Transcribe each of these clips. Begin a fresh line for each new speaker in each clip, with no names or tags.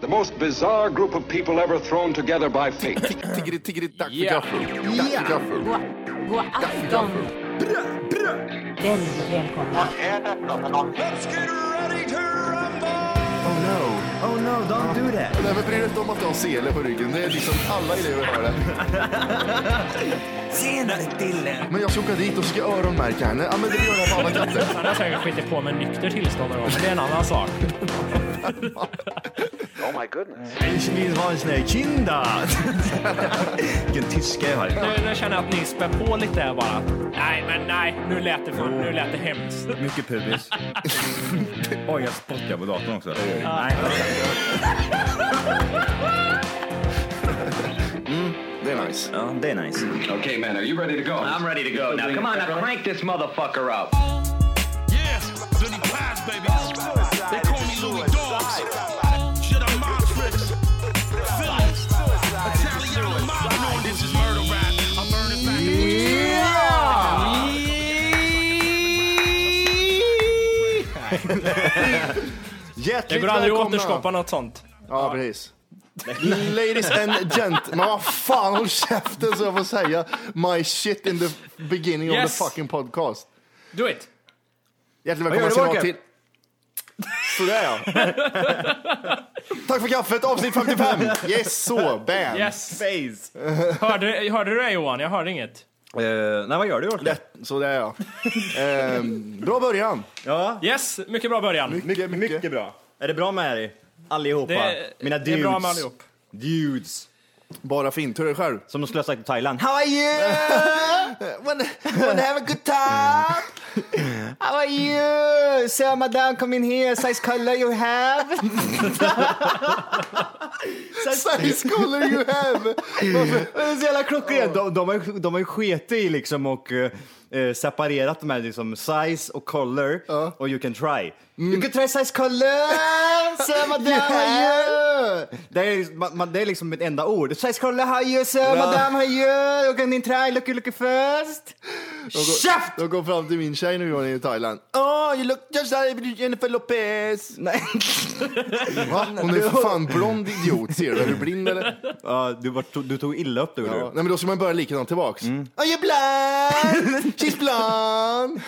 The most bizarre group of people ever thrown together by fate.
Tiggeri, tiggeri, dack för
Yeah.
gaffel. Dack för
Oh
gaffel.
God, god afton. Väldigt välkomna.
Oh no, oh no, don't do that.
Nej, men bry dig inte om att du har sele på ryggen. Det är liksom alla elever har det.
Senare Dille.
Men jag ska åka dit och ska öronmärka henne. Ja, men det gör jag på alla katter.
Han har säkert skitit på med nykter tillstånd någon gång, men det är en annan sak.
Ich will ha en sån här kinda. Vilken tyska jag har.
Nu, nu känner jag att ni spär på lite här bara. Nej, men nej, nu lät det, för, nu lät det hemskt.
Mycket pubis. Oj, jag spottar på datorn också. Nej,
Det är nice.
ja, det är nice.
okay, man, are you ready to go?
I'm ready to go. Now come on, now crank this motherfucker up.
Yes, Billy Pies, baby. They call me Louis Dogs. Shit, I'm mob tricks. Phillies. Italiano mob on this is murder rap. I'm burning back.
Ah.
Det
Hjärtligt
går aldrig att
välkomna.
återskapa något sånt.
Ja, precis. Ladies and gent, men vad fan håll käften så jag får säga my shit in the beginning
Yes.
of the fucking podcast.
Do it!
Hjärtligt
gör
välkomna
du,
ska ni ha
Walker?
till... Sådär ja. Tack för kaffet, avsnitt 55! Yes, så, bam!
Yes!
Face.
Hörde, hörde du det Johan? Jag hörde inget.
Eh, nej, vad gör du Orke?
Lätt, sådär ja. Ehm, bra början.
Ja,
Yes, mycket bra början.
Mycket, mycket.
mycket bra. Är det bra med er allihopa?
Det,
Mina
det
dudes.
är bra med allihop.
Dudes.
Bara fint, hör dig själv.
Som de skulle ha sagt i Thailand. How are you?
Wanna, wanna have a good time?
How are you? Sir, madam, come in here. Size color you have.
Size color you have!
Det är så jävla klockrent. De, de, har ju- de har ju skitit i liksom och eh, eh, separerat de här liksom size och color och you can try. Mm. You can try size color, sir madam, how you? Det är, man, man, det är liksom ett enda ord. Size color, how you, sir madam, how you? You can try, look, look first. Käft!
De kom fram till min tjej nu Johan i Thailand. Oh, you look just like Jennifer Lopez!
Nej.
Va? Hon är för fan blond idiot, ser du? Är du blind eller?
Ja, du, var, tog- du tog illa upp det gjorde
Ja. Nej
du.
men då ska man börja likadant tillbaks. Are you blind? She's blind!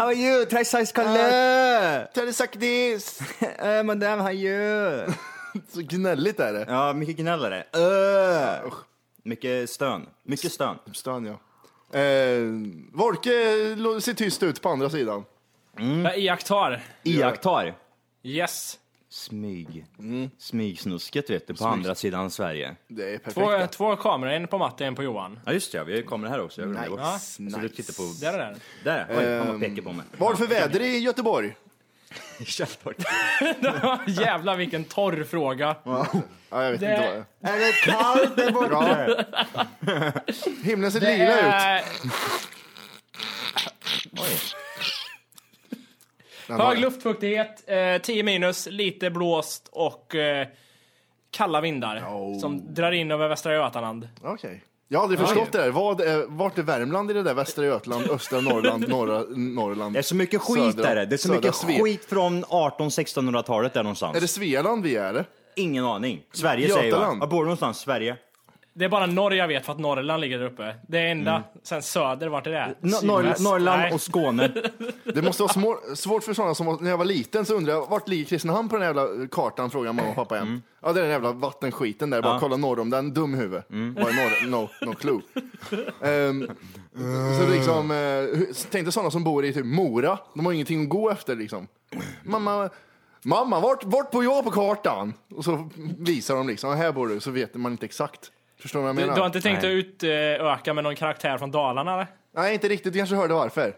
How are you? Try size color.
Tell her suck this!
Uh, madam, how you?
Så gnälligt är det.
Ja, mycket gnällare. Uh. Mycket stön. Mycket stön.
Stön ja. Eh, Vorke lo- ser tyst ut på andra sidan.
Jag iakttar.
Iakttar.
Yes.
Smyg. Smygsnusket vet du, på andra sidan Sverige.
Det är perfekt.
Två, två kameror, en på Matte, en på Johan.
Ja just det, ja, vi kommer här också. Jag glömde bort.
Ja.
Så du tittar på...
Där är den.
Där, oj, han bara pekar på mig.
Vad är det för väder i Göteborg?
Käftbort.
Jävlar vilken torr fråga.
Ja, jag vet
Det-
inte vad det är.
Är det kallt där borta?
Ja. Himlen ser
Det
lila ut.
är- Hög luftfuktighet, eh, 10 minus, lite blåst och eh, kalla vindar som drar in över Västra Götaland.
Okej. Jag har aldrig förstått det där. Vad är, vart är Värmland i det där? Västra Götaland, östra Norrland, norra Norrland?
Det är så mycket skit
södra-
där. Det är så
södra
mycket
Sve-
skit från 1800-1600-talet där någonstans.
Är det Svealand vi är? eller?
Ingen aning. Sverige säger jag.
Götaland.
Jag bor någonstans, Sverige.
Det är bara norr jag vet för att Norrland ligger där uppe. Det är enda. Sen söder, vart är det?
Mm. Nor-
Sydväst?
Norr-
Nej.
Norrland och Skåne.
Det måste vara små, svårt för sådana som var, när jag var liten så undrade jag vart ligger Kristinehamn på den här jävla kartan frågar mamma och pappa jämt.
Mm.
Ja det är den jävla vattenskiten där, bara kolla norr om den, dum huvud.
Mm.
Bara norr, no, no clue. Ehm, så liksom, eh, hur- tänk dig sådana som bor i typ Mora, de har ingenting att gå efter liksom. Mamma, mamma vart, vart bor jag på kartan? Och så visar de liksom, här bor du, så vet man inte exakt. Förstår du vad jag
Du,
menar?
du har inte tänkt
Nej.
att utöka med någon karaktär från Dalarna eller?
Nej inte riktigt, du kanske hörde varför.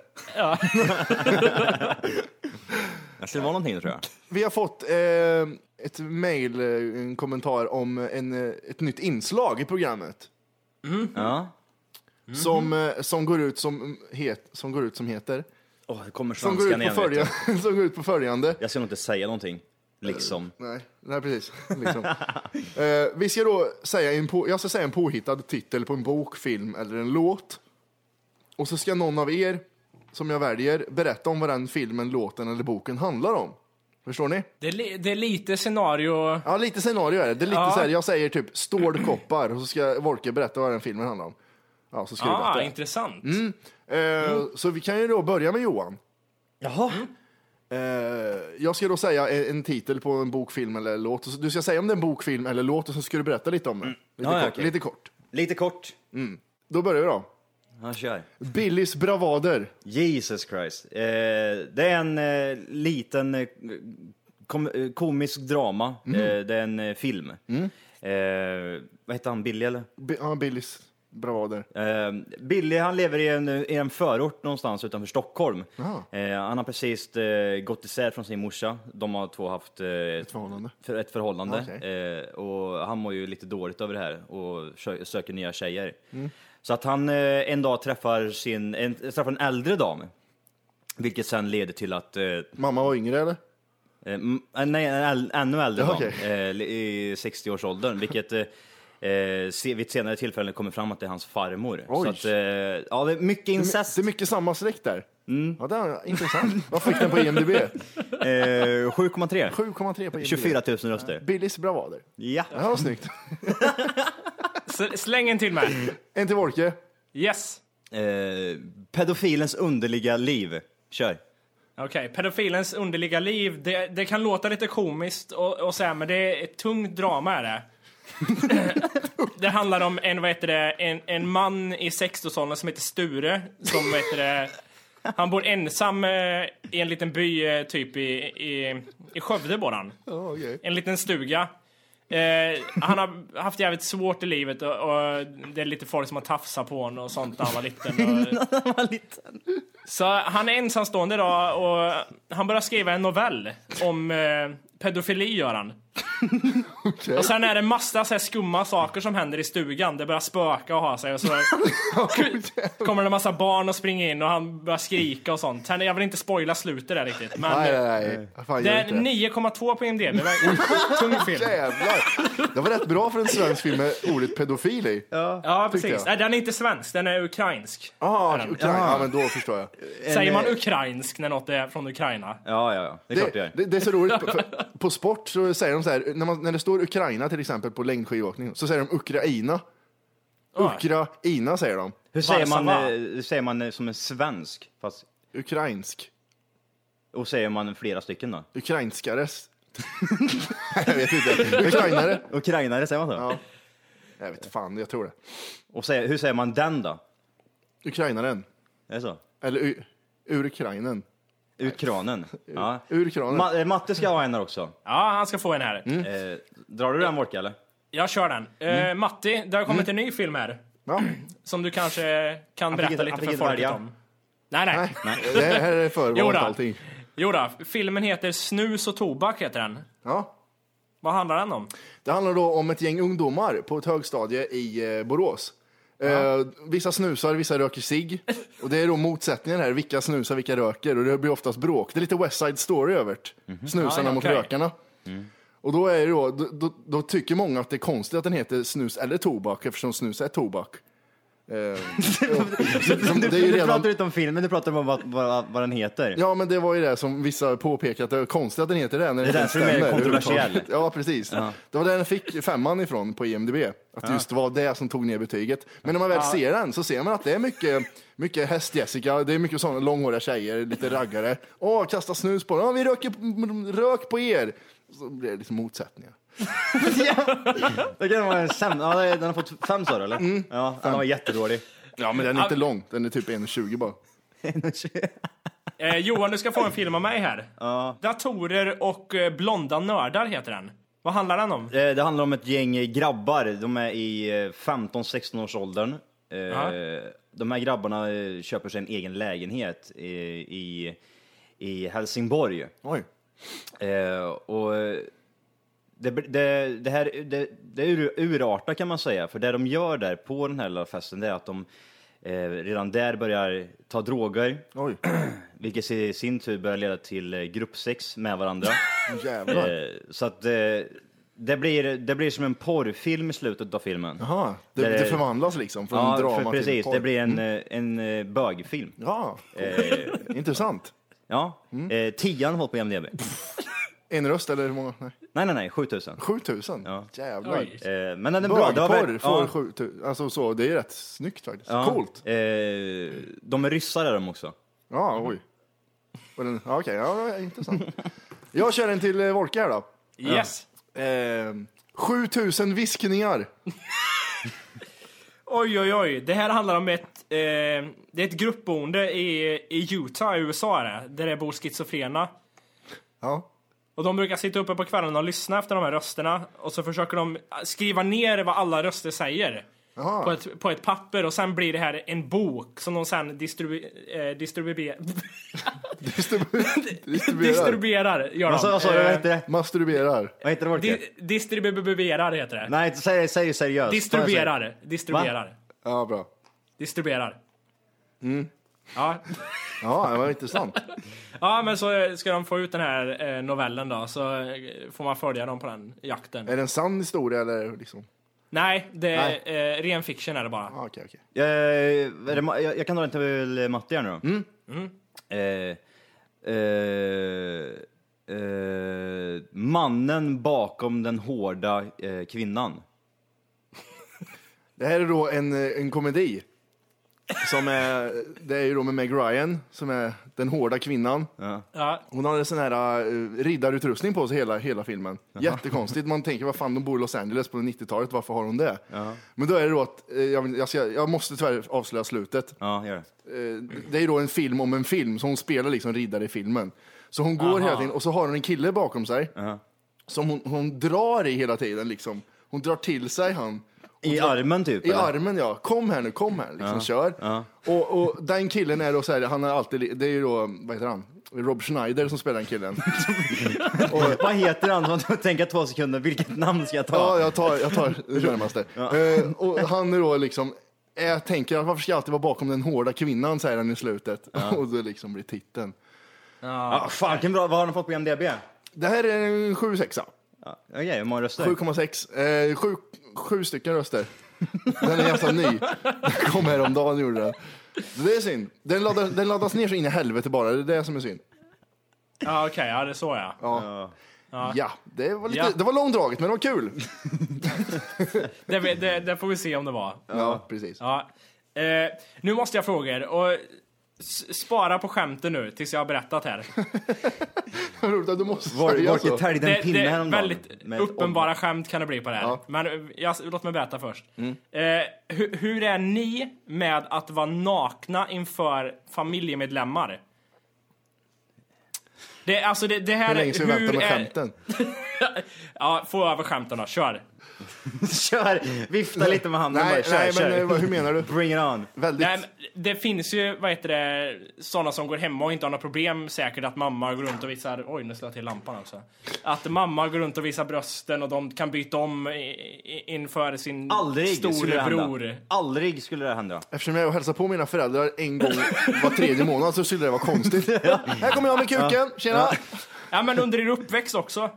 Det skulle vara någonting tror jag.
Vi har fått eh, ett mejl, eh, en kommentar om en, eh, ett nytt inslag i programmet.
Ja.
Som, eh, som, går ut som, het, som går ut som heter...
Åh, det kommer
Som går ut,
svenskan
på
igen. vet du.
följa, som går ut på följande.
Jag ska nog inte säga någonting. Liksom.
Nej, nej precis. Liksom. eh, vi ska då säga en på, jag ska säga en påhittad titel på en bok, film eller en låt. Och så ska någon av er, som jag väljer, berätta om vad den filmen, låten eller boken handlar om. Förstår ni?
Det är, li- det är lite scenario...
Ja, lite scenario är det. Det är lite
Ja.
så här, jag säger typ stålkoppar och så ska Wolke berätta vad den filmen handlar om. Ja, så skriver
Ah,
jag det.
intressant.
Mm.
Eh, Så vi kan ju då börja med Johan.
Jaha.
Eh, jag ska då säga en, en titel på en bok, film eller låt. Och så- Du ska säga om det är en bok, film eller låt och så ska du berätta lite om den. Lite,
Mm. Ja, ja,
kort,
okej.
lite kort.
Lite kort.
Då börjar vi då.
Han kör.
Billys bravader.
Jesus Christ. Eh, det är en eh, liten eh, kom, eh, komisk drama. Eh, det är en eh, film. Eh, vad heter han? Billy eller?
Bi- ja, Billys bravader.
Eh, Billy han lever i en, i en förort någonstans utanför Stockholm.
Jaha.
Eh, han har precis eh, gått isär från sin morsa. De har två haft eh, ett,
förhållande.
för, ett förhållande.
Okej.
Eh, och han mår ju lite dåligt över det här och sö- söker nya tjejer.
Mm.
Så att han eh, en dag träffar, sin, en, träffar en äldre dam. Vilket sen leder till att eh,
Mamma var yngre eller?
Eh, m- eh, nej, en äl- ännu äldre
Ja,
dam,
okej.
eh, li- i 60-årsåldern, vilket eh, eh, se- vid ett senare tillfälle kommer fram att det är hans farmor.
Oj.
Så att, eh, ja, det är mycket
Det är my-
incest.
Det är mycket samma släkt där.
Mm.
Ja, det är intressant. Vad fick den på IMDB?
Eh, 7,3.
7,3 på IMDB.
24 000 röster.
Billys bravader.
Ja.
Det här var snyggt.
S- Släng en till
Mm.
med.
En till Wolke.
Yes.
Eh, pedofilens underliga liv. Kör.
Okej, pedofilens underliga liv. Det, det kan låta lite komiskt och, och så här, men det är ett tungt drama är det. det handlar om en, vad heter det, en, en man i 60-årsåldern som heter Sture. Som, vad heter det, han bor ensam eh, i en liten by, eh, typ i, i, i Skövde bor han.
Ja, okej.
en liten stuga. Eh, han har haft jävligt svårt i livet och, och det är lite folk som har tafsat på honom och sånt när han var liten. Och, så han är ensamstående idag och han börjar skriva en novell om eh, pedofili gör han. Och sen är det massa så här skumma saker som händer i stugan. Det börjar spöka och ha sig och så kommer det massa barn och springer in och han börjar skrika och sånt. Sen, jag vill inte spoila slutet där riktigt men
Nej, nej, nej. Fan,
det
gör
är
inte det.
9,2 på IMDB. Det var en Tung film.
Jävlar. Det var rätt bra för en svensk film med ordet pedofil i.
Ja,
Tyckte
precis.
jag.
Nej, den är inte svensk, den är ukrainsk.
Ah, Ukraina. Ja, men då förstår jag.
Säger man ukrainsk när något är från Ukraina?
Ja, ja, ja. Det är klart det
Det,
gör.
det, det är så roligt, på, för- på sport så säger de så här, när, man, när det står Ukraina till exempel på längdskidåkning, så säger de Ukraina.
Ja.
Ukraina säger de.
Hur säger man,
Varsava.
eh, hur säger man eh, som en svensk? Fast,
Ukrainsk.
och säger man flera stycken då?
Ukrainskares. jag vet inte. Ukrainare.
Ukrainare säger man så?
Ja. Jag vet fan, jag tror det.
Och säger, hur säger man den då?
Ukrainaren.
Är det så?
Eller u- ur Ukrainen.
Ut kranen. Ja.
Ur kranen.
Ma- eh, Matte ska ha en där också.
Ja, han ska få en här.
Eh, drar du den Wolke eller?
Jag kör den. Eh, Matti, det har kommit en ny film här.
Ja.
Som du kanske kan
fick
berätta
inte-
lite
han fick
för
inte
folket
välja.
om. Nej, nej.
Nej, det här är
Jo
förbehållet
då.
allting.
Jo då, filmen heter Snus och tobak heter den.
Ja.
Vad handlar den om?
Det handlar då om ett gäng ungdomar på ett högstadie i eh, Borås. Eh, vissa snusar, vissa röker sig. Och det är då motsättningen här, vilka snusar, vilka röker. Och det blir oftast bråk. Det är lite West Side Story över det.
Mhm.
Snusarna
Ah, ja,
mot
okej.
rökarna.
Mm.
Och då, är det då, då, då, då tycker många att det är konstigt att den heter snus eller tobak eftersom snus är tobak. Eh, och- som-
Du,
det är ju
du
redan-
pratar inte om filmen, du pratar om vad, vad, vad den heter.
Ja, men det var ju det som vissa påpekat. Det är konstigt att den heter det. När det
är
inte
därför den är
stämmer
kontroversiell.
överhuvudtaget. Ja, precis. Det var där den fick femman ifrån på IMDB. Att det just var det som tog ner betyget. Men när man väl ser den så ser man att det är mycket, mycket häst-Jessica, det är mycket sådana långhåriga tjejer, lite raggare. Åh, kasta snus på dem. Ja, vi röker, rök på er. Så blir det lite motsättningar.
Det kan vara en sämre- ja, det- den har fått fem sa du eller?
Mm.
ja, den var jättedålig.
Ja, men den är inte lång. Den är typ 1,20 bara.
Eh, Johan, du ska få en film av mig här. Datorer och eh, blonda nördar heter den. Vad handlar den om?
Eh, Det handlar om ett gäng grabbar, de är i 15-16 års åldern. Eh,
Ja.
De här grabbarna eh, köper sig en egen lägenhet i, i, i Helsingborg.
Oj.
Eh, och eh, det, det, det här det, det ur, urartar kan man säga, för det de gör där på den här lilla festen det är att de eh, redan där börjar ta droger,
Oj,
vilket i sin tur börjar leda till eh, gruppsex med varandra.
jävlar.
eh, så att eh, det, blir, det blir som en porrfilm i slutet av filmen.
Jaha, det,
Där-
det förvandlas liksom från Mm.
Ja,
drama till
för, precis.
porr.
Det blir Eh. en, eh, en eh, bögfilm.
Ja, intressant. Mm.
eh, Ja, eh, tian har fått på IMDB.
En röst eller hur många? Nej.
Nej, nej, nej, 7000.
7000?
Ja.
Jävlar.
Oj.
Eh, men den är bra. Det var
Dragporr
väl-
får
ja,
7000. Alltså så, det är rätt snyggt faktiskt.
ja.
Coolt.
Eh, de är ryssar är de också.
Ja, oj. Och den- ja, Okej, ja, intressant. Jag kör en till eh, Wolke här då.
Yes.
Eh, 7000 viskningar.
Oj, oj, oj. Det här handlar om ett, eh, det är ett gruppboende i, i Utah i USA är det, där det bor schizofrena.
Ja.
Och de brukar sitta uppe på kvällen och lyssna efter de här rösterna och så försöker de skriva ner vad alla röster säger. På ett, på ett papper och sen blir det här en bok som de sen distribu eh, distribuerar.
Distribu- Distribuerar.
distribuerar gör Eh,
Vad sa- vad sa
Eh,
du? Vad heter det?
Masturberar.
Vad heter det? Volker?
Di distribuerar heter det.
Nej, säg, säg seriöst. Bara
Distribuerar. Distribuerar.
Ja, bra.
Distribuerar.
Mm.
Ja.
Ja, det var intressant.
ja, men så eh, ska de få ut den här eh, novellen då, så eh, får man följa dem på den jakten.
Är det en sann historia eller liksom?
Nej, det är
Eh. Nej.
Eh, ren fiction är det bara.
Ja, okej, okej.
säg. Eh, är det, Ma- jag, jag kan dra den till Matti här nu då.
Mm.
Mm.
Eh, eh, eh, mannen bakom den hårda eh, kvinnan.
Det här är då en, eh, en komedi. Som är, det är ju då med Meg Ryan, som är den hårda kvinnan.
Ja.
Hon hade sån här uh, riddarutrustning på sig hela, hela filmen. Jättekonstigt. Man tänker, vad fan, de bor i Los Angeles på 90-talet, varför har hon det? Men då är det då att, eh, jag, jag, ska, jag måste tyvärr avslöja slutet.
Ja, gör det.
Eh, det är ju då en film om en film, så hon spelar liksom riddare i filmen. Så hon går hela tiden, och så har hon en kille bakom sig, som hon, hon drar i hela tiden liksom. Hon drar till sig han. Hon
I
drar-
armen typ?
I
eller?
armen ja, kom här nu, kom här, liksom kör. Och, och den killen är då så här, han är alltid, li- det är ju då, vad heter han? Rob Schneider som spelar den killen.
Vad heter han? Man får tänka två sekunder, vilket namn ska jag ta?
Ja, jag tar, jag tar det närmaste. Eh, och han är då liksom, jag tänker att varför ska jag alltid vara bakom den hårda kvinnan, säger han i slutet. Och det liksom blir titeln.
Ah, fan, vilken bra, vad har han fått på IMDB?
Det här är en 7-6.
Ja, Okej, hur många röster?
7,6. Eh, sju, sju stycken röster. Den är ganska ny. Den kom häromdagen gjorde den. Det är synd. Den laddas, den laddas ner så in i helvete bara. Det är det som är synd.
Ja, okej, ja det är så ja.
Ja, det var, lite,
Ja.
det var långdraget men det var kul.
Det, det, det får vi se om det var.
Ja, precis.
Ja. Eh, nu måste jag fråga er, och s- spara på skämten nu tills jag har berättat här.
Vad roligt att du måste
Var,
säga
Volker
så.
täljde en
Det,
pinne
det är
häromdagen.
väldigt
med ett
uppenbara skämt kan det bli på det här. Men eh, jag, låt mig berätta först. Eh, hur, hur är ni med att vara nakna inför familjemedlemmar? Det, alltså det, det här
Hur länge ska vi vänta med
är-
skämten?
Ja, få över skämten då, kör.
om. Kör! Vifta lite med handen
Nej,
bara, kör,
nej
kör.
men eh, vad- hur menar du?
Bring it on.
Väldigt.
Nej, men det finns ju vad heter det, sådana som går hemma och inte har några problem säkert att mamma går runt och visar, oj nu slår jag till lampan också. Att mamma går runt och visar brösten och de kan byta om i, i, inför sin
Aldrig skulle det hända.
storebror.
Aldrig skulle det hända.
Eftersom jag hälsar på mina föräldrar en gång var tredje månad så skulle det vara konstigt. Här kommer jag med kuken, tjena!
Ja men under er uppväxt också.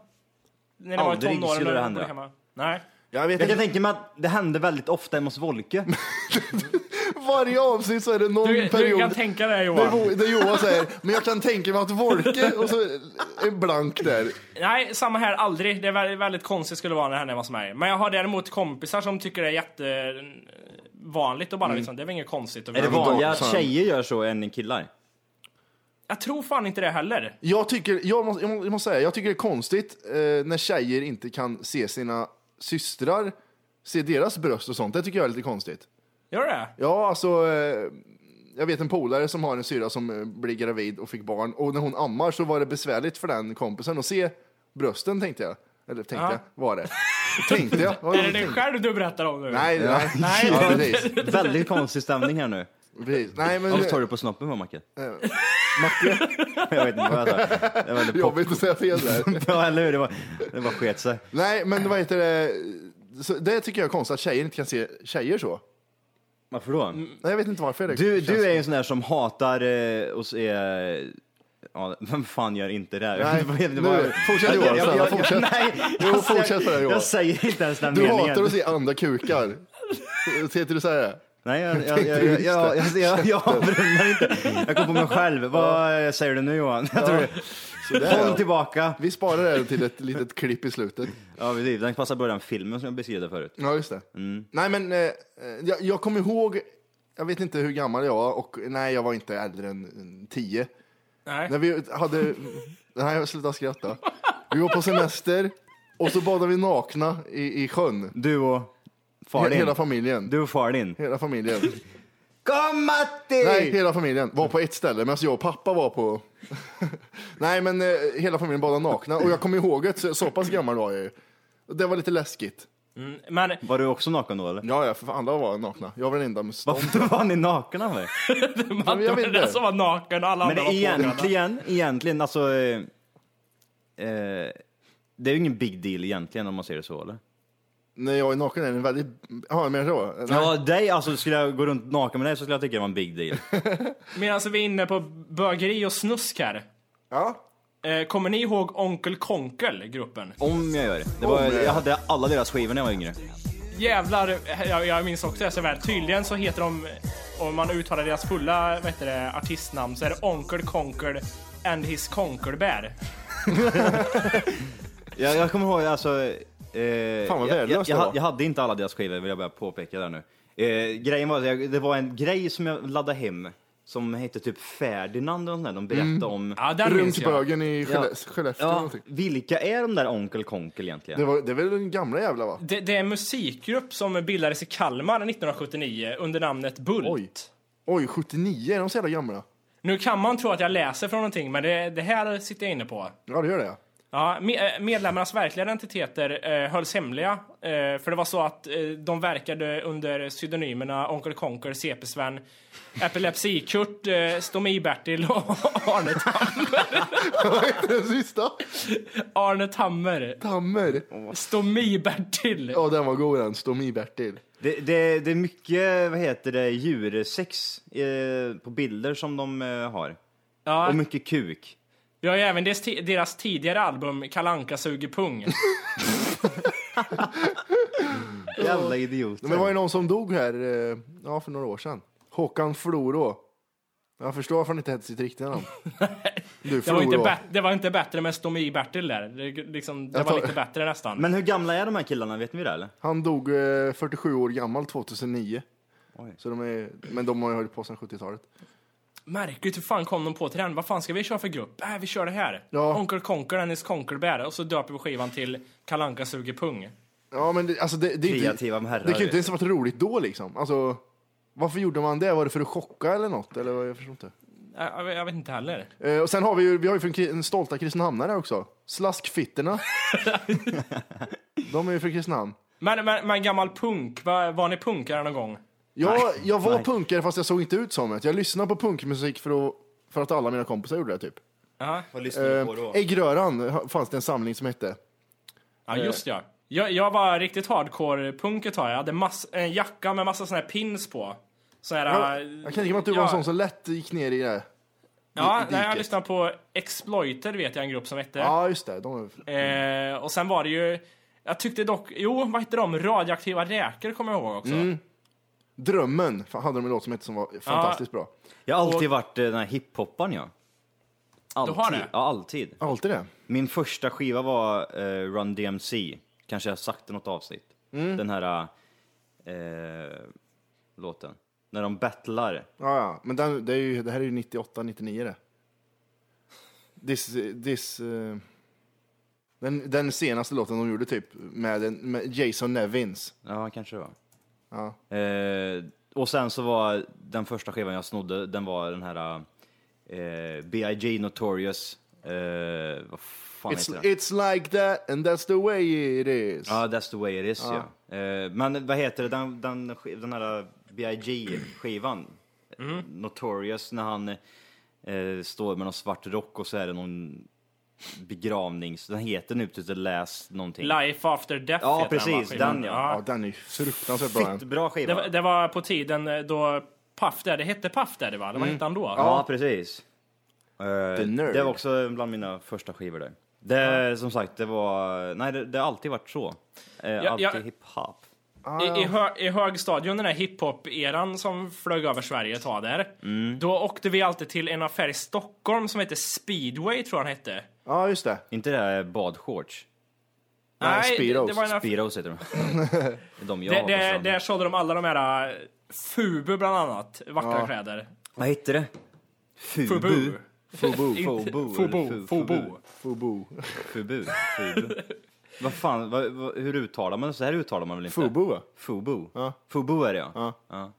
När ni
Aldrig
var i
skulle
tonåren och
det
bodde
hända.
hemma. Nej.
Jag vet
Jag kan
inte,
tänka mig att det hände väldigt ofta hemma hos Volke.
varje avsnitt så är det någon
Du, du
period
kan tänka dig
Där,
Johan.
Vo- där Johan säger, men jag kan tänka mig att Wolke, och så är blank där.
Nej, samma här, aldrig. Det är väldigt, väldigt konstigt skulle det vara när han är hemma hos mig. Men jag har däremot kompisar som tycker det är jättevanligt och bara liksom, det är väl inget konstigt.
Mm. Är det vanligare
då,
att
fan.
tjejer gör så än killar?
Jag tror fan inte det heller.
Jag tycker, jag måste, jag må- jag måste säga, jag tycker det är konstigt eh, när tjejer inte kan se sina systrar, se deras bröst och sånt. Det tycker jag är lite konstigt.
Gör det?
Ja, alltså, eh, jag vet en polare som har en syra som eh, blev gravid och fick barn och när hon ammar så var det besvärligt för den kompisen att se brösten tänkte jag. Eller tänkte
Ja.
jag, var det. tänkte jag. Vad
Är det dig
tänkte-
själv du berättar om nu?
Nej, nej.
Nej.
Ja, precis,
Väldigt konstig stämning här nu.
precis. Nej, men, Eh.
Varför tar du på snoppen va, Macke?
Macke,
Jag vet inte vad jag sa. Det var väldigt pop.
jobbigt att säga fel där.
Ja, eller hur? Det var, det var sket sig.
Nej, men vad heter det? Så det tycker jag är konstigt, att tjejer inte kan se tjejer så.
Varför då?
Nej, jag vet inte varför. Det
Du,
känns
du är
så.
ju en sån där som hatar eh, och se... eh, Ja, vem fan gör inte det? här?
Nej,
Jag vet
nu,
inte vad jag-
fortsätt, Johan,
Jag- jag-
snälla,
jag-
fortsätt.
Nej,
Jo,
alltså,
fortsätt på det här, Johan.
Jag säger inte ens den
du
meningen.
hatar att se andra kukar. Heter du så här?
Nej, jag, jag, jag, jag, jag, jag, jag, jag avrundar inte. Jag kom på mig själv. Vad eh, säger du nu Johan? Jag tror det.
Sådär,
Kom
ja.
tillbaka!
Vi sparar det här till ett litet klipp i slutet.
Ja, precis. Den passar bra den filmen som jag beskrev förut.
Ja, just det. Nej, men eh, jag, jag kommer ihåg, jag vet inte hur gammal jag var, och nej, jag var inte äldre än, än tio.
Nej.
När vi hade, nej, sluta skratta. Vi var på semester och så badade vi nakna i, i sjön.
Du och far
He-
din.
Hela familjen.
Du och far din.
Hela familjen.
Kom Matti!
Nej, hela familjen var på ett ställe medan jag och pappa var på... Nej, men eh, hela familjen badade nakna och jag kommer ihåg det, så, så pass gammal var jag ju. Och Det var lite läskigt.
Men
Var du också naken då eller?
Ja, ja, för fan, alla var nakna. Jag var den enda med stånd.
Varför var ni nakna? Med?
man
jag vet
var den
inte.
som var naken och alla
Men
andra var påklädda.
egentligen, egentligen, alltså... Eh, eh, det är ju ingen big deal egentligen om man ser det så eller?
När jag är naken är det en väldigt... Ja, men så? Nej.
Ja, dig, alltså skulle jag gå runt naken med dig så skulle jag tycka det var en big deal.
Men alltså vi är inne på bögeri och snusk här.
Ja.
Eh, Kommer ni ihåg Onkel Konkel, gruppen?
Om jag gör det. det var, jag hade alla deras skivor när jag var yngre.
Jävlar, jag, jag minns också det så väl. Tydligen så heter de, om man uttalar deras fulla vad heter det, artistnamn, så är det Onkel Konkel and his Konkelbär.
Jag, jag kommer ihåg, alltså... Eh,
Fan, vad
jag, jag,
värdelöst det
jag,
var.
jag hade inte alla deras skivor, vill jag bara påpeka där nu. Eh, grejen var, att jag, det var en grej som jag laddade hem som hette typ Ferdinand och sånt där. De
Mm.
berättade om...
Ja, den minns jag.
Runkbögen i Skelle- Skellefteå eller
Ja,
någonting.
vilka är de där Onkel Konkel egentligen?
Det, var, det är väl den gamla jävla va?
Det, det är en musikgrupp som bildades i Kalmar 1979 under namnet Bult.
Oj. Oj, 79, är de så jävla gamla?
Nu kan man tro att jag läser från någonting, men det, det här sitter jag inne på.
Ja, det gör det ja.
Ja, me- eh, medlemmarnas verkliga identiteter eh, hölls hemliga. Eh, för det var så att eh, de verkade under pseudonymerna Onkel Konker, CP-Sven, Epilepsi-Kurt, eh, Stomi-Bertil och Arne, Tam-
Vad heter den sista?
Arne Tammer.
Tammer.
Stomi-Bertil.
Ja, den var god den. Stomi-Bertil.
Det, det, det är mycket, vad heter det, djursex eh, på bilder som de eh, har.
Ja,
Och mycket kuk.
vi har ju även deras, ti- deras tidigare album Kalanka suger pung.
Jävla idioter.
Men det var ju någon som dog här eh, ja, för några år sedan. Håkan Florå. Jag förstår varför han inte hette sitt riktiga namn. Du,
Det var, inte
Florå.
bä- det var inte bättre med Stomi-Bertil där. Det, liksom, det
Jag
var
tar-
lite bättre nästan.
Men hur gamla är de här killarna, vet ni det eller?
Han dog eh, 47 år gammal 2009.
Oj.
Så de är, men de har ju hållit på sedan 70-talet.
Märkligt, hur fan kom de på till den? Vad fan ska vi köra för grupp? Äh, vi kör det här.
Ja.
Onkel Konker, Dennis Konkelbär. Och så döper vi skivan till Kalanka suger pung. Äh,
Ja, men det, alltså det, det, är inte-
Kreativa herrar.
det kan ju inte ens ha varit roligt då liksom. Alltså, varför gjorde man det? Var det för att chocka eller något? Eller vad, jag förstår inte.
Äh, jag, jag vet inte heller.
Eh, och sen har vi ju, vi har ju från Kri- en stolta Kristinehamnare också. Slaskfitterna. de är ju från Kristinehamn.
Men, men, men gammal punk, var, var ni punkare någon gång?
Jag, jag var punkare fast jag såg inte ut som det. Jag lyssnade på punkmusik för att, för att alla mina kompisar gjorde det typ.
Ja,
Vad lyssnar du på
Eh,
då?
Äggröran ha- fanns det en samling som hette.
ja
Eh.
just ja. Jag, jag var riktigt hardcore punk ett tag. Jag hade mass, en jacka med massa såna här pins på. Så här,
Jag,
äh,
jag kan tänka mig att du var en sån som lätt gick ner i det. här.
Ja,
i
nej, jag
diket.
lyssnade på Exploiter vet jag en grupp som hette.
Ja, just det. De,
Eh, och sen var det ju... Jag tyckte dock... Jo, vad hette de? Radioaktiva räkor kommer jag ihåg också.
Mm. drömmen fan, hade de en låt som hette som var fantastiskt bra.
Jag har alltid varit eh, den här hiphopparen jag. Alltid.
har det?
Ja, alltid.
Alltid det.
Min första skiva var eh, Run DMC. Kanske jag har sagt i något avsnitt.
Mm.
Den här eh, låten. När de battlar.
Ja, ja. Men den, det, är ju, det här är ju 98, 99 det. This, this, eh, den, den senaste låten de gjorde typ med, en- med Jason Nevins.
Ja, kanske det var. Eh, och sen så var den första skivan jag snodde, den var den här eh, B.I.G. Notorious. Eh, vad fan
It's,
heter den?
it's like that and that's the way it is.
Ja, That's the way it is ja. Eh, men vad heter det, den, den, sk- den här B.I.G. skivan? Notorious när han eh, står med någon svart rock och så är det någon begravning. Så den heter nu typ The Last någonting.
Life After Death
Ja,
heter
precis,
den, va, skivan?
den, ja.
Ja, den är ju fruktansvärt bra.
Fett
den.
bra skiva.
Det, var- det var på tiden eh, då Puff Daddy hette Puff Daddy va? Det var inte han då?
Ja, precis. Eh,
Nerd.
det var också bland mina första skivor där. Det, Som sagt, det var... Nej, det, det har alltid varit så. Eh, alltid
jag-
hiphop.
I, i, hö, I högstadion, den här hiphop-eran som flög över Sverige ett tag där. Då åkte vi alltid till en affär i Stockholm som hette Speedway tror jag han hette.
Ja, Ja, just det.
Inte det här badshorts.
Nej, Speedos.
det var en aff-
Speedos heter de. Det är de jag
det,
har på
det,
stranden.
Där sålde de alla de här äh, Fubu bland annat, vackra kläder.
Vad heter det?
Fubu.
Fubu. Fubu.
Inte- Fubu. Fubu.
Fubu.
Fubu. Fubu. Vad fan, vad, vad, hur uttalar man det? Så här uttalar man väl inte?
Fubu, va?
Fubu.
Ja.
Fubu är det ja.
Ja.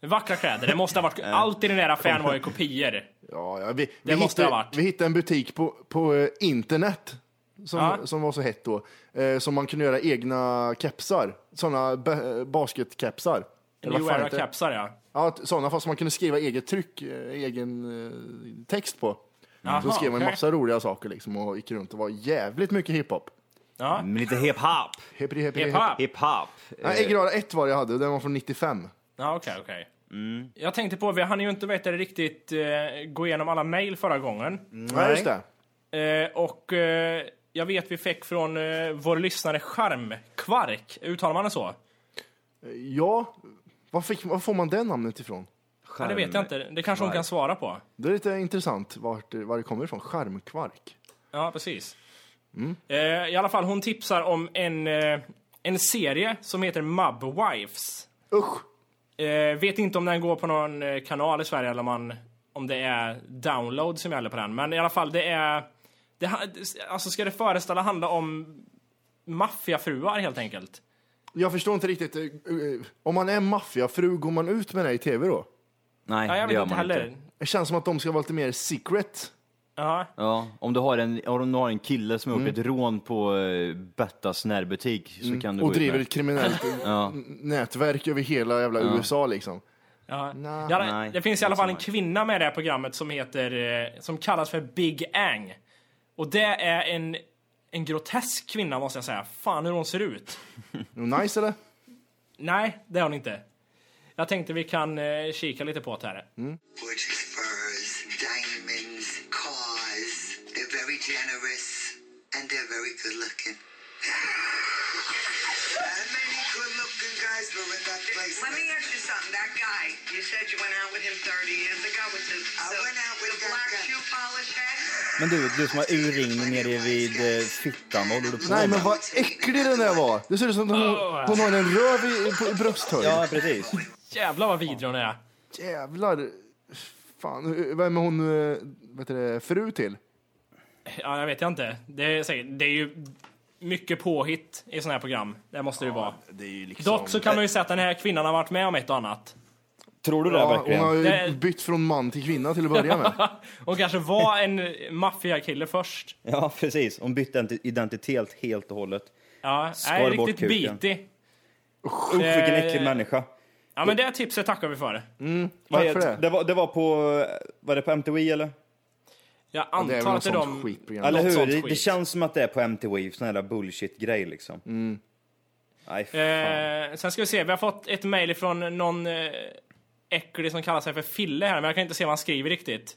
Vackra kläder, det måste ha varit... Allt i den där affären var ju kopior.
Ja, ja, vi,
Det
vi
måste
hittade,
ha varit.
Vi hittade en butik på, på eh, internet som,
Ja.
som var så hett då, eh, som man kunde göra egna kepsar. Sådana ba- basketkepsar. Eller
New
vad fan
Era
heter det?
kepsar ja.
Ja, t- sådana fast man kunde skriva eget tryck, eh, egen eh, text på. så
Jaha,
skrev man en
okej.
massa roliga saker liksom och gick runt och var jävligt mycket hiphop.
ja.
Men lite hip-hop.
Hippity, hippity,
Hip-hop.
hipp-
Hip-hop.
Nej, Äggröra 1 var det jag hade, den var från 95.
Ja, okej, okej. Jag tänkte på, vi hann ju inte veta riktigt eh, gå igenom alla mejl förra gången.
Nej, Mm, just det.
Eh, och eh, jag vet vi fick från eh, vår lyssnare Charmkvark, uttalar man det så?
Ja, var, fick, var får man det namnet ifrån?
Ja, det vet jag inte, det kanske hon kan svara på.
Det är lite intressant vart, var det kommer ifrån. Charmkvark.
Ja, precis. Eh, I alla fall, hon tipsar om en, eh, en serie som heter Mub Wives.
Usch!
Eh, vet inte om den går på någon eh, kanal i Sverige eller om, man, om det är download som gäller på den. Men i alla fall, det är... Det, ha- alltså ska det föreställa handla om maffiafruar helt enkelt?
Jag förstår inte riktigt. eh, eh, Om man är maffiafru, går man ut med det i tv då?
Nej,
Ja, jag
det
vet
gör
inte
man
heller.
inte.
Det känns som att de ska vara lite mer secret.
Ja,
Ja, om du har en, om du har en kille som har gjort ett rån på uh, Bettas närbutik så kan du
Mm. Och
gå ut
driver
med-
ett kriminellt eh, n- nätverk över hela jävla USA liksom.
ja.
Nej.
Ja, det-
Nej,
det finns i alla
inte
fall en
så.
kvinna med i det här programmet som heter, eh, som kallas för Big Ang. Och det är en, en grotesk kvinna måste jag säga. Fan hur hon ser ut.
Nice eller?
Nej, det är hon inte. Jag tänkte vi kan eh, kika lite på det här.
Mm.
Wood, furs, diamonds, cars. They're very generous and they're very good looking. How many good looking guys were in that place?
Let me ask you something. That guy, you said you went out with him 30 years ago with the,
I
the,
went out with
the
that
black
guy.
shoe polish head.
Men du, du som har urringning nere vid eh, fittan, vad håller du på
Nej men
med?
vad äcklig den där var! Det ser ut som att hon,
Oh.
hon har en röv i, i- på- i brösthöjd.
Ja, precis.
Jävlar vad vidrig hon är.
Jävlar. Fan, eh, vem är hon eh, vad heter det, fru till?
Ja, jag vet jag inte. Det är, säkert, det är ju mycket påhitt i sådana här program. Det måste det ju vara.
Det är ju liksom...
Dock så kan man ju säga att den här kvinnan har varit med om ett och annat.
Tror du det
ja, hon
verkligen?
har ju
Det-
bytt från man till kvinna till att börja med.
Hon kanske var en maffiakille först.
Ja, precis. Hon bytte identi- identitet helt och hållet.
Ja,
Skar
nej,
bort
riktigt
kuken.
bitig. Eh,
Usch,
Eh,
vilken äcklig människa.
Ja, men det tipset tackar vi för.
Tack för
Vad heter-
det.
Det var, det var på, eh, var det på MTV eller?
Jag
Det är väl
antar
något
att det är
sånt
de...
skitprogram.
Eller
Något
hur?
sånt
Det,
skit.
det känns som att det är på MTV, sån jävla bullshit-grej liksom.
Mm.
Nej, fan.
Eh, sen ska vi se, vi har fått ett mejl ifrån någon eh, äcklig som kallar sig för Fille här, men jag kan inte se vad han skriver riktigt.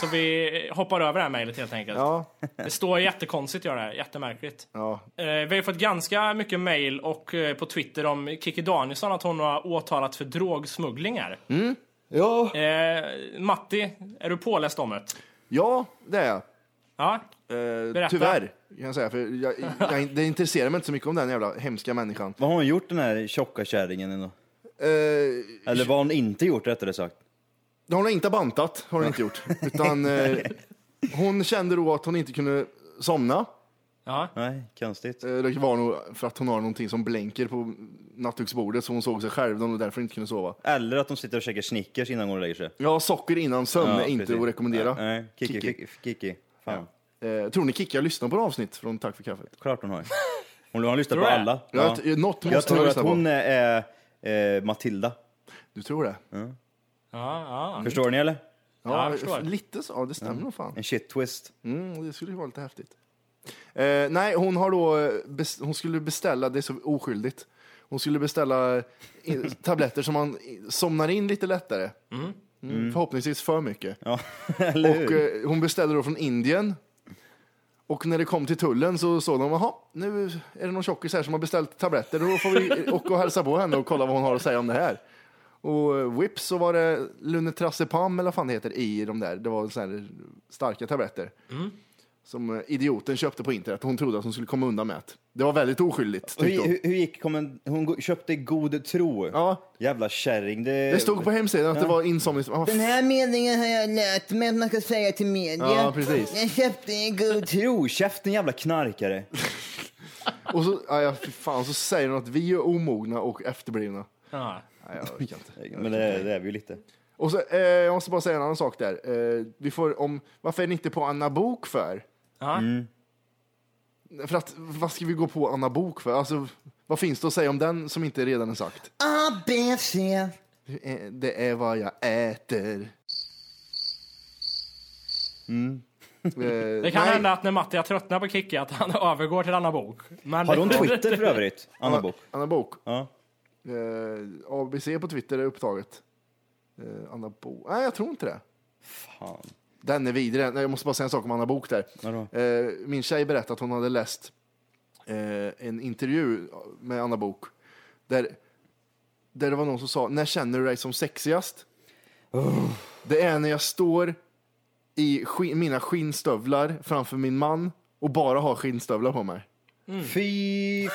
Så vi hoppar över det här mejlet helt enkelt.
Ja,
Det står jättekonstigt, gör det här. jättemärkligt.
ja.
Eh, vi har ju fått ganska mycket mejl och eh, på Twitter om Kiki Danielsson, att hon har åtalats för drogsmugglingar.
Ja,
Eh, Matti, är du påläst om det?
ja det är jag.
Ja,
Eh,
Berätta.
Tyvärr, kan jag säga. För jag, jag, det intresserar mig inte så mycket om den jävla hemska människan.
Vad har hon gjort den här tjocka kärringen ändå?
Eh,
Eller vad har hon inte gjort rättare sagt?
hon har inte bantat, har hon inte gjort. Utan eh, hon kände då att hon inte kunde somna.
ja.
Nej, konstigt.
Eh, det var nog för att hon har någonting som blänker på nattduksbordet så hon såg sig själv och därför inte kunde sova.
Eller att de sitter och käkar Snickers innan de går och lägger sig.
Ja, socker innan sömn är inte
precis.
att rekommendera.
Nej, Kiki,
Kiki.
Kiki. Kiki. Fan,
Eh, tror ni Kicka lyssnar på några avsnitt från Tack för kaffet?
klart hon har. Hon har lyssnat på
du det?
alla.
Ja. Jag, något måste
Jag
hon
tror att
lyssna
hon
på.
är, är eh, Matilda.
Du tror det? Ja,
ja, ja.
Förstår ni eller?
jag förstår.
lite så. Ja, det stämmer nog fan.
En shit twist.
Mm, det skulle ju vara lite häftigt. Eh, nej, hon har då, eh, bes- hon skulle beställa, det är så oskyldigt, hon skulle beställa eh, i- tabletter som man i- somnar in lite lättare. Mm, Förhoppningsvis för mycket.
Ja, eller
Och
hur?
eh, hon beställde då från Indien. Och när det kom till tullen så såg de, jaha, nu är det någon tjockis här som har beställt tabletter, då får vi åka och hälsa på henne och kolla vad hon har att säga om det här. Och eh, whips så var det Lunetrasepam eller vad fan det heter i de där, det var sådana här starka tabletter. som eh, idioten köpte på internet. Hon trodde att hon skulle komma undan med det. Det var väldigt oskyldigt, tyckte
Hur,
hon.
hur, hur gick kommen, Hon go- köpte god tro.
Ja.
Jävla kärring. Det,
Det stod på hemsidan att det var insomnings... Ah,
Den här meningen har jag lärt mig att man ska säga till media.
Ja, precis.
Jag köpte en god
Tro, käften jävla knarkare.
Och så, ja, ja, fy fan, så säger hon att vi är omogna och efterblivna.
Ja.
Nej, jag orkar inte.
Men det, det är vi ju lite.
Och så, eh, jag måste bara säga en annan sak där. Eh, vi får om, varför är ni inte på Anna Bok för?
Ja.
För att, vad ska vi gå på Anna Bok för? Alltså, vad finns det att säga om den som inte redan är sagt?
A, B, C.
Eh, Det är vad jag äter. Eh,
Det kan
nej.
hända att när Matti har tröttnat på Kikki att han övergår till Anna Bok. Men
Har hon Twitter för övrigt? Anna Bok.
Anna Bok.
Ja.
Eh, ABC på Twitter är upptaget. Eh, Anna Bok. Nej, jag tror inte det.
Fan.
Den är vidrig. Nej, Jag måste bara säga en sak om Anna Bok där.
Vadå?
Eh, min tjej berättade att hon hade läst eh, en intervju med Anna Bok där, där det var någon som sa, när känner du dig som sexigast? Det är när jag står i skin- mina skinnstövlar framför min man och bara har skinnstövlar på mig. Mm.
Fy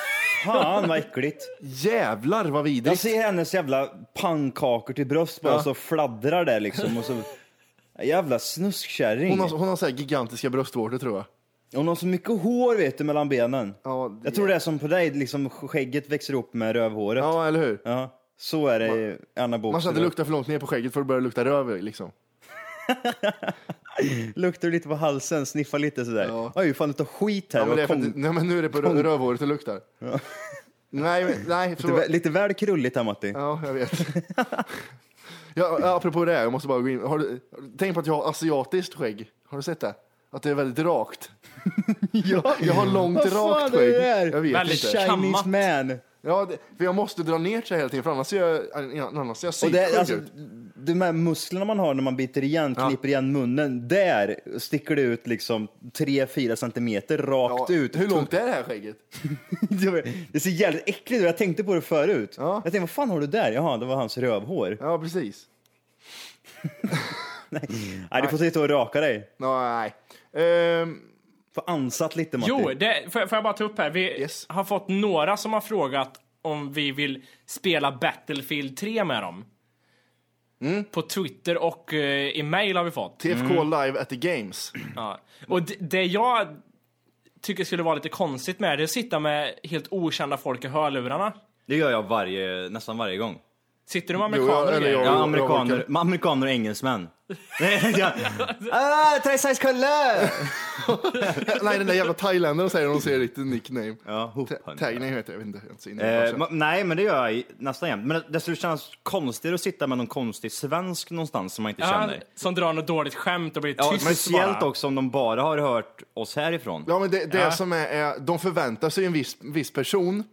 fan vad äckligt.
Jävlar vad
Jag
vidrigt!
ser hennes jävla pannkakor till bröst bara
Ja.
så fladdrar där liksom. Och så, jävla snuskkärring.
Hon har, hon har så här gigantiska bröstvårtor tror jag.
Hon har så mycket hår vet du mellan benen.
Ja, det-
Jag tror det är som på dig, liksom skägget växer upp med rövhåret. Ja.
Ja, eller hur?
Så är det i Anna Book.
Man ska inte lukta för långt ner på skägget för det börjar lukta röv liksom.
Luktar du lite på halsen, sniffa lite sådär.
Ja.
Oj, fan det tar skit här.
Ja, men, det är
Det
för
var
att,
kon-
nej, men nu är det på rö- rövhåret det luktar. Nej, men- nej.
lite,
För,
vä- lite väl krulligt här Matti.
ja, jag vet. Ja, ja, apropå det, här, jag måste bara gå in. Har du, tänk på att jag har asiatiskt skägg. Har du sett det? Att det är väldigt rakt. ja, jag har långt
Vad fan
rakt
är
skägg.
det där?
Jag vet
Väldigt
inte.
Chinese
kammat.
man.
Ja, det, för jag måste dra ner sig hela tiden för annars ser jag, annars ser jag
Och
psyksjuk
det, alltså,
ut.
de här musklerna man har när man biter igen,
Ja.
kniper igen munnen, där sticker det ut liksom 3-4 centimeter
Ja,
rakt ut.
Hur långt är det här skägget?
det ser jävligt äckligt ut, jag tänkte på det förut.
Ja.
Jag tänkte, vad fan har du där? Jaha, det var hans rövhår.
Ja, precis.
Nej, du får sitta och raka dig.
Nej. Ehm,
Få ansat lite Matti.
Jo, det, får, jag- får jag bara ta upp här? Vi
Yes.
har fått några som har frågat om vi vill spela Battlefield 3 med dem. På Twitter och eh, i mail har vi fått.
TFK live at the games.
Ja. Och det, det jag tycker skulle vara lite konstigt med det är att sitta med helt okända folk i hörlurarna.
Det gör jag varje, nästan varje gång.
Sitter du med
Jo, jag-
amerikaner och
eller
grejer?
jag-
Ja,
jag
amerikaner,
orkar.
men amerikaner och engelsmän.
Ah, try size color!
Nej, den där jävla thailändaren säger hon ser ditt nickname.
Ja,
Ta-
hophang.
Tagname heter det, jag vet inte. Jag är inte så inne i
Eh,
branschen.
ma- nej, men det gör jag i- nästan jämt. Men det- det skulle kännas konstigt att sitta med någon konstig svensk någonstans som man inte
Ja,
känner.
som drar något dåligt skämt och blir
Ja,
tyst
speciellt
bara.
också om de bara har hört oss härifrån.
Ja, men det, det
Ja.
som är, är, de förväntar sig en viss, viss person,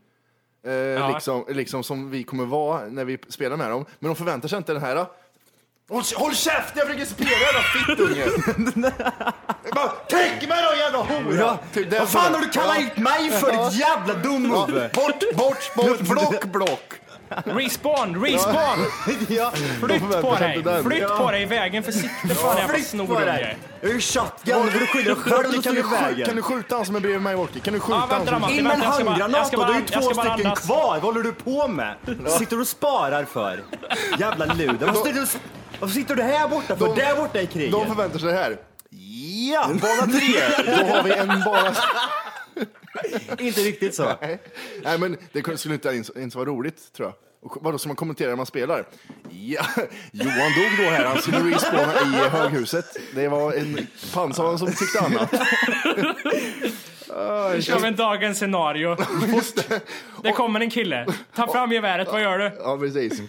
eh, liksom, liksom som vi kommer vara när vi spelar med dem. Men de förväntar sig inte den här, håll, håll käften jag försöker spela jävla fittunge! Bara, Täck mig då jävla hora! Typ, det är
Vad fan
så-
har du kallat
Ja.
ut mig för ditt jävla
Ja,
dumhuvud?
Bort, bort, bort, block, block!
Respawn, respawn!
Ja.
Flytt på
förväntar sig
dig!
inte den.
Flytt
Ja.
på dig i vägen för sikte fan jävla
Flytt på
snorunge.
dig! Jag är ju shotgun, du får skylla dig själv
Wolke,
om du
kan,
står i
du skjuta, kan du
vägen.
skjuta han som är bredvid mig Wolke? Kan du skjuta
Ja,
han
vänta
som...
då, Matti.
In med en
Vänta, jag ska bara- jag
handgranat
ska
då, det är ju
bara- jag
två
ska bara
stycken
andas.
kvar. Vad håller du på med? Sitter du och sparar för? Jävla luder. Varför sitter du, varför sitter du här borta för?
De-
Där borta är kriget.
De förväntar sig det här.
Ja, bana tre!
Då har vi en bara...
Inte riktigt så.
Nej. Nej, men det kunde- skulle inte ens, ens vara roligt, tror jag. Och vadå, ska man kommentera när man spelar? Ja, Johan dog då här, han skulle respawna i höghuset. Det var en pansarvagn som tyckte annat.
Nu kör vi en dagens scenario.
Just det.
Det kommer en kille. Ta fram geväret, vad gör du?
Ja, precis.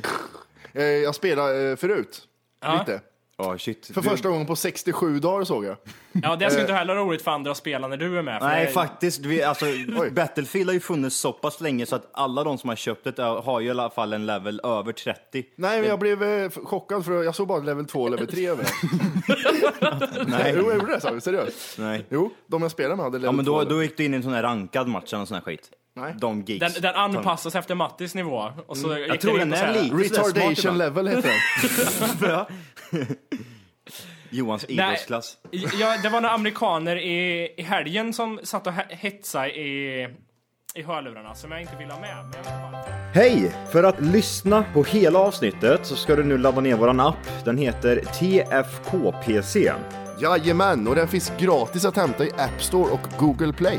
Eh, Jag spelade eh, förut,
Ja.
lite.
Ja, shit.
För första gången på 67 dagar såg jag.
Ja, det ska inte heller vara roligt för andra att spela när du är med. för
Nej,
det-
faktiskt. Vi, alltså,
Oj.
Battlefield har ju funnits så pass länge så att alla de som har köpt det är- har ju i alla fall en level över 30.
Nej, men jag blev eh, f- chockad för jag såg bara level 2 och level 3 över.
Nej.
Jo, jag gjorde det, sa vi. Seriöst.
Nej.
Jo, de jag spelade med hade level
Ja, men
2
då,
över.
då gick du in i en sån här rankad match eller någon sån här skit.
Nej.
De gigs.
Den, den anpassas efter Mattis nivå. Och så gick
Jag tror den
in på så
är
här-
lite sådär smart
Retardation
ibland.
level heter den.
Johans idrottsklass.
Nej, ja, det var några amerikaner i, i helgen som satt och he- hetsade i, i hörlurarna som jag inte ville ha med. Men jag vet inte varför.
Hej! För att lyssna på hela avsnittet så ska du nu ladda ner våran app. Den heter TFKPC.
Jajamän, och den finns gratis att hämta i App Store och Google Play.